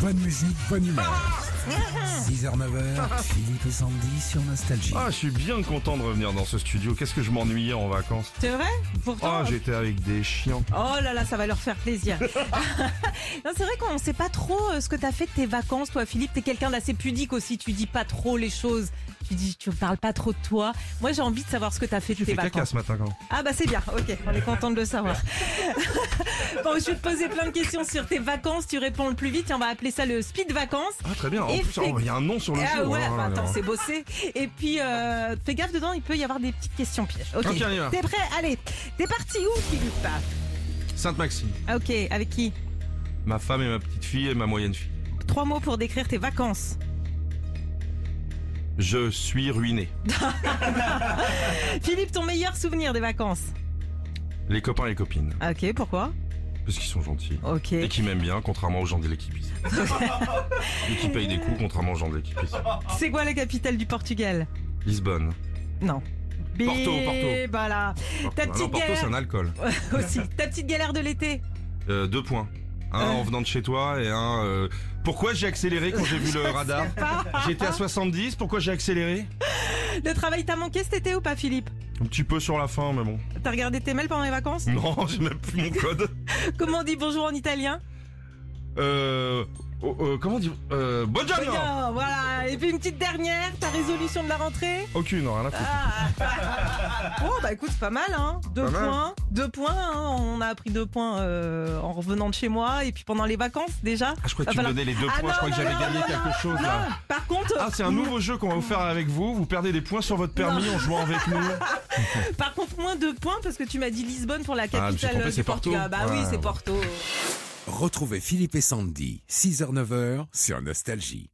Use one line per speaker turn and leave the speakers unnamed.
Bonne musique, bonne humeur. 6h, 9h, Philippe et Sandy sur Nostalgie.
Ah, je suis bien content de revenir dans ce studio. Qu'est-ce que je m'ennuyais en vacances
C'est vrai
Ah,
Pourtant.
j'étais avec des chiens.
oh là là, ça va leur faire plaisir. non, c'est vrai qu'on ne sait pas trop euh, ce que t'as fait de tes vacances, toi, Philippe. T'es quelqu'un d'assez pudique aussi. Tu dis pas trop les choses. Tu dis, tu parles pas trop de toi. Moi, j'ai envie de savoir ce que t'as fait de
Tu
tes
fais caca
vacances.
ce matin quand même.
Ah bah c'est bien. Ok, on est content de le savoir. bon, je vais te poser plein de questions sur tes vacances. Tu réponds le plus vite. Et on va appeler ça le speed vacances.
Ah, très bien. En plus,
Effect-
oh, il y a un nom sur le jeu.
Ah
Oh
ouais,
là là
bah
là
attends,
là.
c'est bossé. Et puis, euh, fais gaffe dedans, il peut y avoir des petites questions pièges. Ok,
Ok, on y va.
T'es prêt Allez, t'es parti où, Philippe
Sainte-Maxime.
Ah, Ok, avec qui
Ma femme et ma petite fille et ma moyenne fille.
Trois mots pour décrire tes vacances.
Je suis ruiné.
Philippe, ton meilleur souvenir des vacances
Les copains et les copines.
Ah, Ok, pourquoi
Parce qu'ils sont gentils.
Ok.
Et qui m'aiment bien, contrairement aux gens de l'équipisme. et qui payent des coups, contrairement aux gens de l'équipisme.
C'est quoi la capitale du Portugal
Lisbonne.
Non.
Porto, Porto.
Voilà.
Porto.
Ta
Ah non,
petite
Porto, c'est
galère.
un alcool.
Aussi. Ta petite galère de l'été
Euh, deux points. Un
Euh.
en venant de chez toi et un... euh, Pourquoi j'ai accéléré quand j'ai vu le radar J'étais à 70, pourquoi j'ai accéléré
Le travail t'a manqué cet été ou pas, Philippe
Un petit peu sur la fin, mais bon.
T'as regardé tes mails pendant les vacances
Non, j'ai même plus mon code.
Comment on dit bonjour en italien
Euh... oh, euh, comment dire euh, Buongiorno
Bien, voilà. Et puis une petite dernière, ta résolution de la rentrée
Aucune, rien à foutre.
Ah. Oh bah écoute, pas mal hein. Deux
Pas mal.
points, deux points. hein. On a appris deux points euh, en revenant de chez moi et puis pendant les vacances déjà.
Ah, je crois que
Va
tu me
falloir-
donnais les deux points,
Ah
je
non,
crois que
non,
j'avais
non,
gagné
non,
quelque chose
Non,
là.
par contre,
Ah, c'est un nouveau jeu qu'on va offert avec vous. Vous perdez des points sur votre permis en jouant avec nous.
par contre moins deux points parce que tu m'as dit Lisbonne pour la
je me suis
capitale
trompé,
euh,
Ah. c'est
du
Porto.
Portugal. Bah oui,
Ouais,
c'est
ouais.
Porto.
Retrouvez Philippe et Sandy, 6h, 9h sur Nostalgie.